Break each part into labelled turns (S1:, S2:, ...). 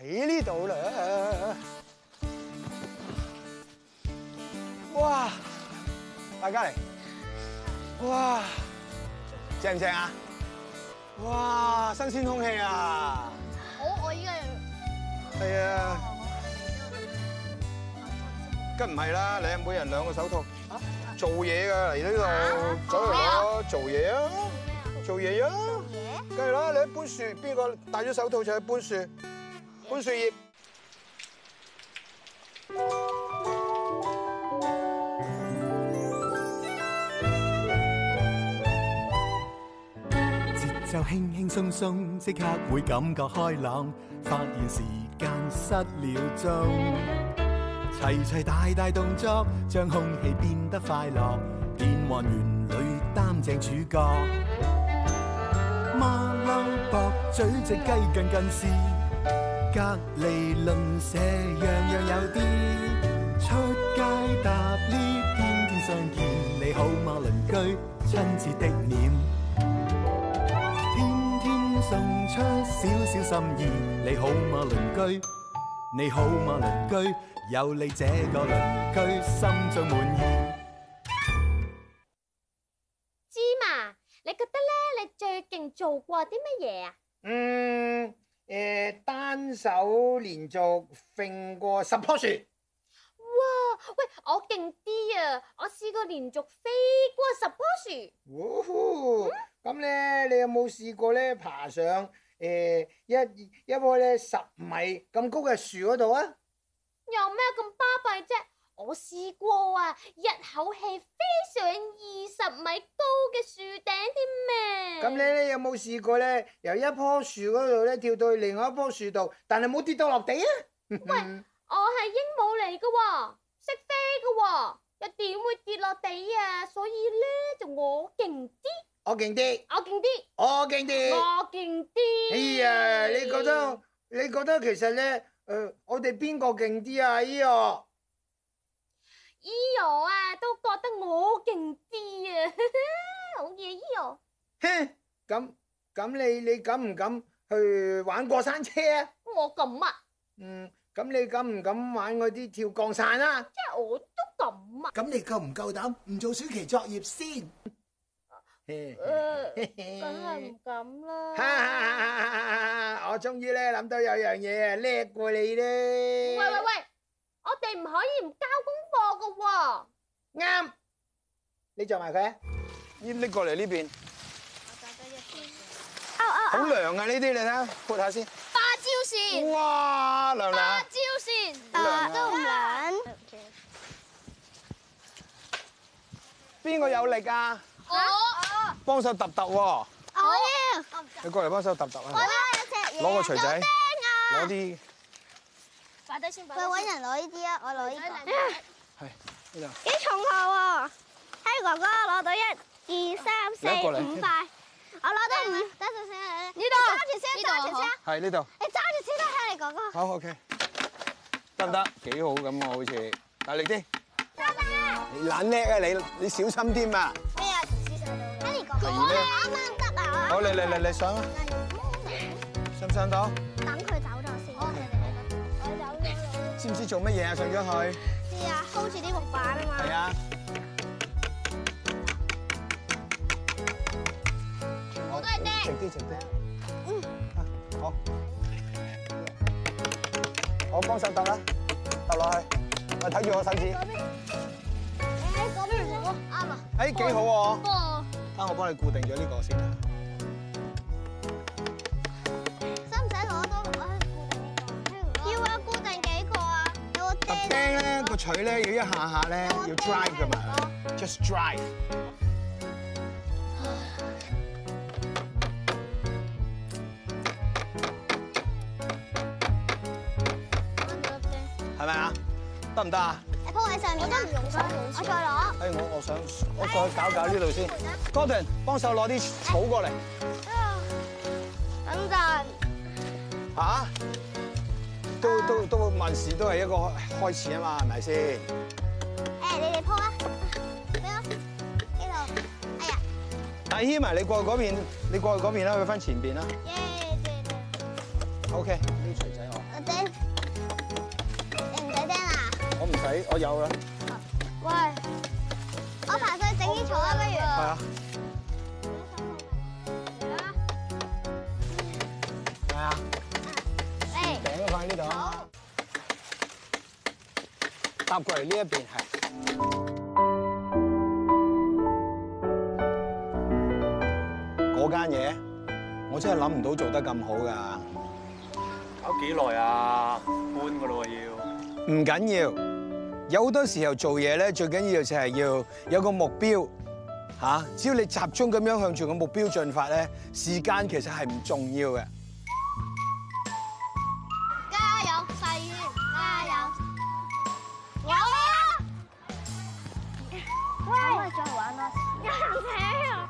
S1: 喺呢度啦。哇！大家嚟，哇！正唔正啊？哇！新鮮空氣啊！
S2: 好，我依家要
S1: 係啊，梗唔係啦，你每人兩個手套，做嘢㗎嚟呢度，走嚟攞做嘢啊，做嘢啊！梗係啦，你一搬樹，邊個戴咗手套就去搬樹，搬樹葉。
S3: 節奏輕輕鬆鬆，即刻會感覺開朗，發現時間失了蹤。齊齊大大動作，將空氣變得快樂，變幻園裏擔正主角。馬騮駁嘴隻雞近近視，隔離鄰舍樣樣有啲。出街搭 lift，天天相見，你好嗎鄰居？親切的臉。天天送出少少心意，你好嗎鄰居？你好嗎鄰居？有你這個鄰居，心中滿意。
S2: 芝麻，你覺得咧？你最勁做過啲乜嘢啊？
S1: 嗯，誒單手連續揈過十棵樹，
S2: 哇！喂，我勁啲啊！我試過連續飛過十棵樹。
S1: 呼呼！咁咧，你有冇試過咧爬上誒一一棵咧十米咁高嘅樹嗰度啊？
S2: 有咩咁巴閉啫？我試過啊，一口氣飛上二十米高嘅樹頂添 咩？
S1: 咁你咧有冇試過咧由一棵樹嗰度咧跳到去另外一棵樹度，但係冇跌到落地啊？
S2: 我係鸚鵡嚟噶喎，識飛噶喎，又點會跌落地啊？所以咧就我勁啲，
S1: 我勁啲，
S2: 我勁啲，
S1: 我勁啲。
S2: 我勁啲。
S1: 哎呀，你覺得你覺得其實咧，誒、我哋邊個勁啲啊？依個
S2: 伊我啊都覺得我勁 啲啊，好嘢伊我。
S1: 哼，咁咁你你敢唔敢去玩過山車啊？
S2: 我咁啊，
S1: 嗯，咁你敢唔敢玩嗰啲跳降傘啊？
S2: 即係我都咁啊。
S4: 咁你夠唔夠膽唔做暑期作業先？
S1: 嘿
S2: 誒，
S1: 嘿嘿
S2: 梗係唔敢啦。
S1: 哈哈哈哈哈哈哈哈我終於咧諗到有樣嘢啊叻過你咧。
S2: 喂喂喂，我哋唔可以唔交功課噶喎。
S1: 喂，啱，你做埋佢啊！拎拎過嚟呢邊，
S5: 哦
S2: 啊啊
S1: 好涼啊！呢啲你睇下，撥下先。
S2: 芭蕉扇，
S1: 哇，涼啊涼。
S2: 蕉扇
S1: 啊都
S2: 唔撚。
S1: 邊個有力啊？
S2: 我我
S1: 幫手揼揼喎，
S2: 我要，
S1: 你過嚟幫手揼揼啊！
S5: 我有隻嘢。
S1: 攞個錘仔，
S5: 啊
S1: 攞啲
S2: 擺低先，擺
S5: 佢搵人攞呢啲啊，我攞呢個。
S1: 係呢
S5: à. 幾重下喎？嘿，哥哥，攞到一、二、三、四、
S1: 兩個嚟。
S5: Ờ, 五塊。我攞到五。你揸住先，揸住先。
S1: 度，係呢度，
S5: 你揸住先啦，嘿，哥哥。
S1: 好 OK，得唔得？幾好咁喎，好似大力啲，你懶叻啊你，你小心啲嘛。
S5: 嘿，哥哥，
S1: 係咩？
S5: 啱啱得啊，
S1: 好，你嚟嚟嚟上啊，上唔上到？
S5: 等佢走咗先。
S1: 知唔知做乜嘢啊？上咗去，
S5: à, 知啊，hold住啲木板啊嘛。
S1: 係啊。
S2: 好多人
S1: 直啲直啲。啊好。我幫手揼啦，揼落去。我睇住我手指。
S5: 啱啊。
S1: 哎，幾好喎！
S2: 噃。
S1: 等我幫你固定咗呢個先。
S5: 使唔使攞多個？我去固定呢個。要啊，固定幾個啊？有個釘。
S1: 揼釘咧個錘咧要一下下咧
S5: 有個
S1: 要
S5: 釘
S1: drive 噶嘛
S5: 喺度
S1: ，just drive。係咪啊？得唔得啊？
S5: 鋪喺上面啊。我再攞。
S1: 哎，我我想我上去搞搞呢度先。Gordon，幫手攞啲草過嚟嚇。都都都萬事都係一個開始啊嘛，係咪先？
S5: 等陣。誒，你哋鋪啊。俾我。呢度。哎呀。耶，對，對。
S1: 大希埋你過去嗰邊，你過去嗰邊啦，去翻前邊啦。OK，呢啲錘仔我。
S5: 我哋
S1: 睇，
S5: -
S1: 我有啦。
S5: 喂，我爬上去整啲草啦，不如。
S1: 係啊，係啊，
S5: 嚟，
S1: 頂嗰塊呢度。
S5: 好。
S1: 搭過嚟呢一邊係。嗰間嘢，我真係諗唔到做得咁好㗎。
S6: 搞幾耐啊？搬噶咯喎要。
S1: 唔緊要，有好多時候做嘢咧，最緊要就係要有個目標嚇、只要你集中咁樣向住個目標進發咧，時間其實係唔重要嘅。
S5: 加油，細燕，加油！有啊！喂，可唔可以再玩多次？唔使啊！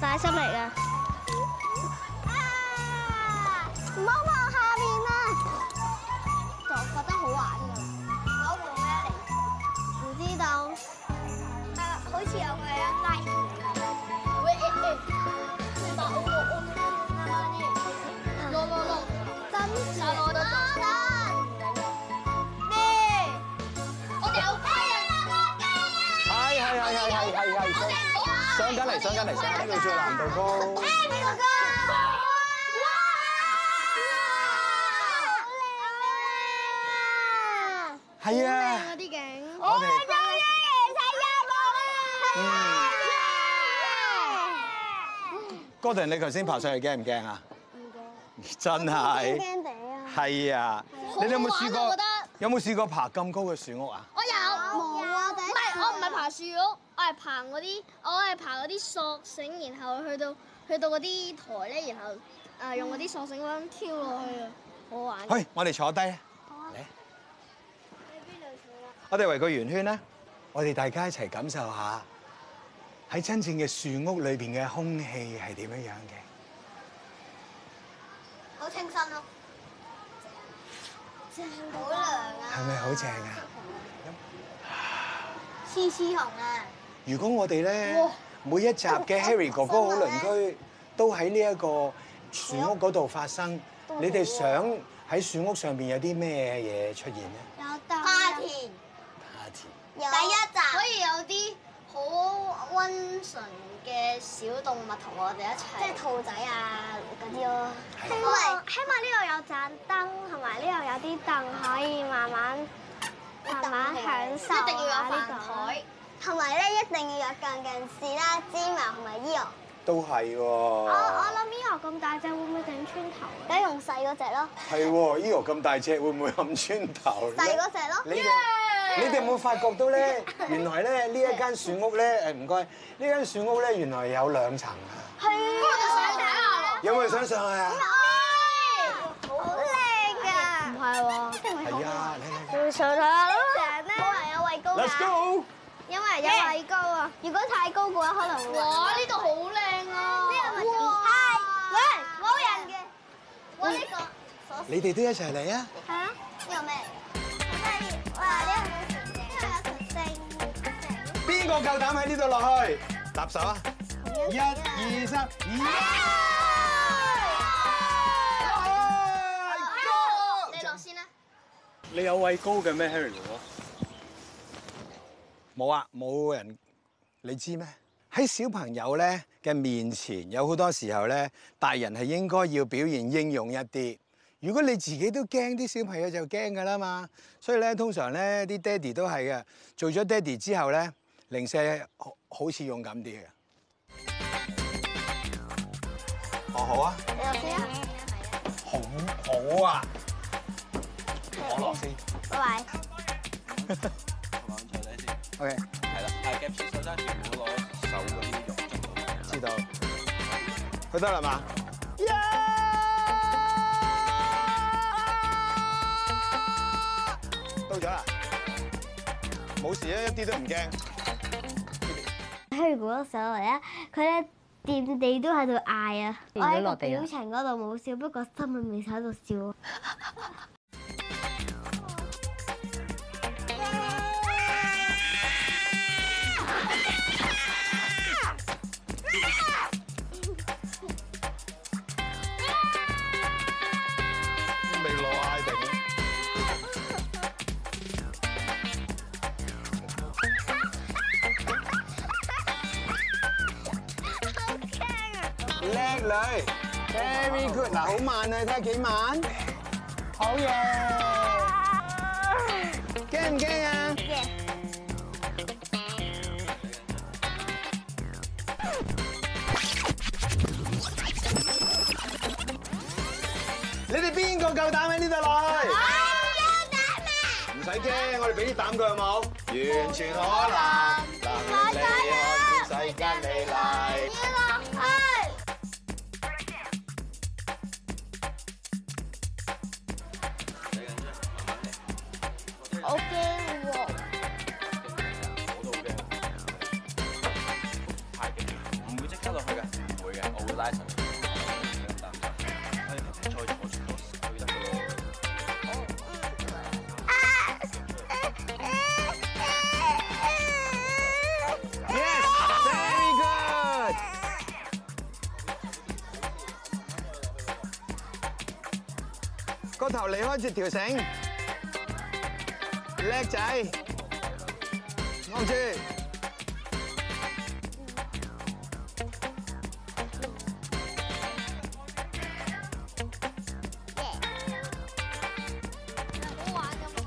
S5: 大心嚟噶！唔好望下面啊！就覺得好玩㗎啦。攞部咩嚟？唔知道。啊，好似有佢啊，拉住喂，誒誒，你把我我我媽媽呢？攞攞攞，真係攞得我哋有雞啊！
S1: 係係係係係係係，上緊嚟上緊嚟上緊嚟，最難度高。
S5: Happy 哥哥！哇！
S1: 係啊，
S5: 啲景，
S1: 我哋
S5: 終於完成任務啦！
S1: Gordon，你頭先爬上去驚唔驚啊？唔驚。真係。
S5: 驚地啊！
S1: 係啊，你哋有冇試
S2: 好玩啊我
S1: 過
S2: 覺得？
S1: 有冇試過爬咁高嘅樹屋啊？
S2: 我有，
S5: 冇啊
S2: 唔
S5: 第一
S2: 係
S5: 次啊
S2: 我唔係爬樹屋，我係爬嗰啲，我係爬嗰啲索繩，然後去到去到嗰啲台咧，然後誒用嗰啲索繩咁樣跳落去啊，好玩。
S1: 去，我哋坐低啊！嚟，我哋圍個圓圈啦，我哋大家一齊感受下喺真正嘅樹屋裏邊嘅空氣係點樣樣嘅。
S5: 好清新咯，好涼啊！
S1: 係咪好正啊？
S5: 黐黐紅啊！
S1: 如果我哋咧每一集嘅 Harry 哥哥好鄰居都喺呢一個樹屋嗰度發生，
S5: 啊
S1: 你哋想喺樹屋上邊有啲咩嘢出現咧？
S5: 有花田，
S1: 下次
S5: 第一
S2: 以有啲好温純嘅小動物同我哋一啊齊
S5: 集，即係兔仔啊嗰啲咯。
S1: 係
S5: 希望希望呢度有盞燈，同埋呢度有啲凳可以慢慢慢慢享受啊
S2: 一定要有飯
S5: 呢個
S2: 台。
S5: 同埋咧，一定要有近近視啦、芝麻同埋依樂。
S1: 都係
S2: 哦
S5: 我
S1: 喎
S5: 啊我。諗依樂咁大隻會唔會整穿頭？梗用細嗰只咯，
S1: 係喎，Eo 咁大隻會唔會冚穿頭咧？
S5: 細嗰只咯。
S1: 你哋你哋有冇發覺到咧？原來咧呢一間樹屋咧誒唔該，呢間樹屋咧原來有兩層啊！
S2: 哦
S5: 係啊，我就想睇下。
S1: 有冇人想上去啊？
S5: 好靚啊！唔係喎，一定會好
S1: 係啊，嚟嚟
S5: 會上下
S2: 啊
S5: 咯。冇人有畏高
S1: 嚟，Let's go！
S5: 因為有畏高啊。如果太高嘅話，可能會暈。
S2: 哇！呢度好靚啊！哇
S5: 係，喂，冇人嘅。我呢個鎖匙
S1: 你哋都一齊嚟啊！
S5: 嚇？呢個咩嚟㗎？哇！呢個好呢個有條星。
S1: 邊個夠膽喺呢度落去？立手啊！一二三，ờ, 二！
S2: 你落先啦。
S6: 你有畏高嘅咩，Harry 哥哥？
S1: 冇啊，冇人，你知咩？喺小朋友咧嘅面前，有好多時候咧，大人係應該要表現英勇一啲。如果你自己都驚，啲小朋友就驚㗎啦嘛。所以咧，通常咧啲爹哋都係嘅，做咗爹哋之後咧，零舍好好似勇敢啲嘅。哦，好啊，
S5: 你又先啊？
S1: 好好啊，我落先。
S5: 拜拜。
S1: OK，
S7: 係啦，係夾住手踭，全部攞手嗰啲肉捉到嘅。
S1: 知道。佢得啦嘛？到咗啦，冇事啊，一啲都唔驚。
S5: Harry 哥哥上嚟咧，佢咧掂地都喺度嗌啊！我
S8: 跌咗
S5: 喺
S8: 落
S5: 個
S8: 地啊
S5: 表情嗰度冇笑，不過心裏面喺度笑。
S1: 你，very good，嗱，好慢啊，你睇下幾慢，好嘢，驚唔驚啊？你哋邊個夠膽喺呢度落去？唔使驚，我哋俾啲膽佢好冇？完全可能，能力你去，世間美麗。
S5: 我驚喎，
S7: 我都好驚，太極唔會即刻落去㗎，唔會嘅，我會拉神。擔心，我哋再坐住我去得㗎咯。
S1: Yes, very good. 個頭離開住條繩，叻仔，望住。
S5: 好玩咁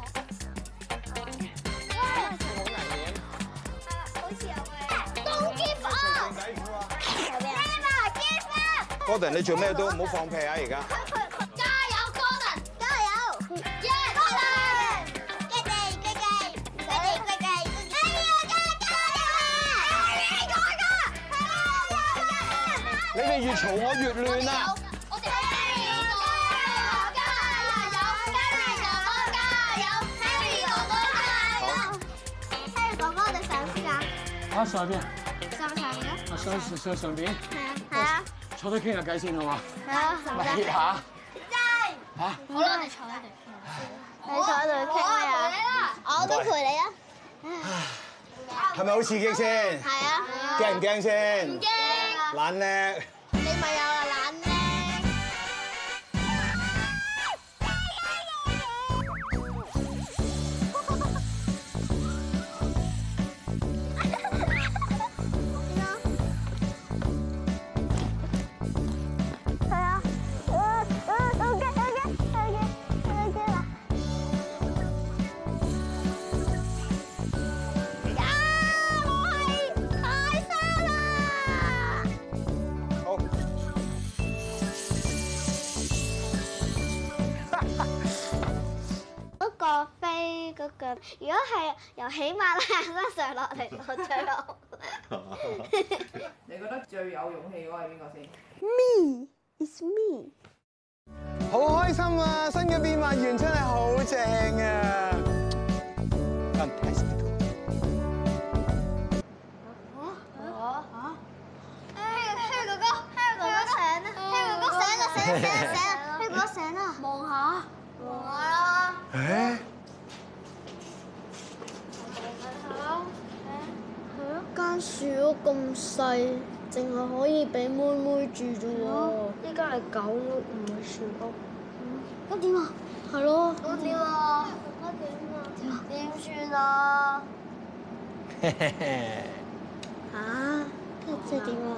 S5: 好。好似有嘅。Don't give up！Emma give up！
S1: Gordon，你做咩都唔好放屁啊！而家。
S5: 加油，Gordon！加油！Yeah，Gordon！佢哋佢哋佢哋佢哋！哎呀，加油！
S1: 你哋越嘈我越亂啦！
S5: 我哋 Harry 哥哥加油！Harry 哥哥加油！Harry 哥哥加油！Harry 哥哥，我哋上先啊！
S6: 啊上邊，
S5: 上唔上嘅？
S6: 啊上上上邊，
S5: 係啊，
S6: 坐低傾下偈先好嘛？
S5: 係啊，上
S6: 咪
S5: 嘅。
S6: 下
S2: 好啦，你坐喺度。
S5: 你坐喺度傾啊！我都陪你啊！
S1: 係咪好刺激先？
S5: 係啊。
S1: 驚唔驚先？
S5: 驚。
S1: 懶叻。
S5: 你咪有啊懶叻。係啊，啊啊，OK OK OK OK 啦。啊！我係泰山啊！
S1: 好。
S5: 嗰個飛嗰個，如果係由喜馬拉雅山上落嚟，我最好。
S8: 你覺得最有勇氣嗰個係邊個先？
S5: It's me。
S1: 好開心啊！新嘅變幻園真係好正啊！Fantastic！
S2: 嗯
S5: Harry 哥哥，Harry 哥哥醒啦！Harry 哥哥醒啦，醒啦，醒啦，醒啦！Harry 哥哥醒
S2: 啊
S5: 啦！望下，望下啦。
S2: 哎
S1: 誒，
S2: 間樹屋咁細，淨係可以俾妹妹住啫喎。呢間係狗屋，唔係樹屋。
S5: 咁點啊？
S2: 係咯。
S5: 咁點啊？點啊？點 算啊？
S2: 嚇！即係點啊？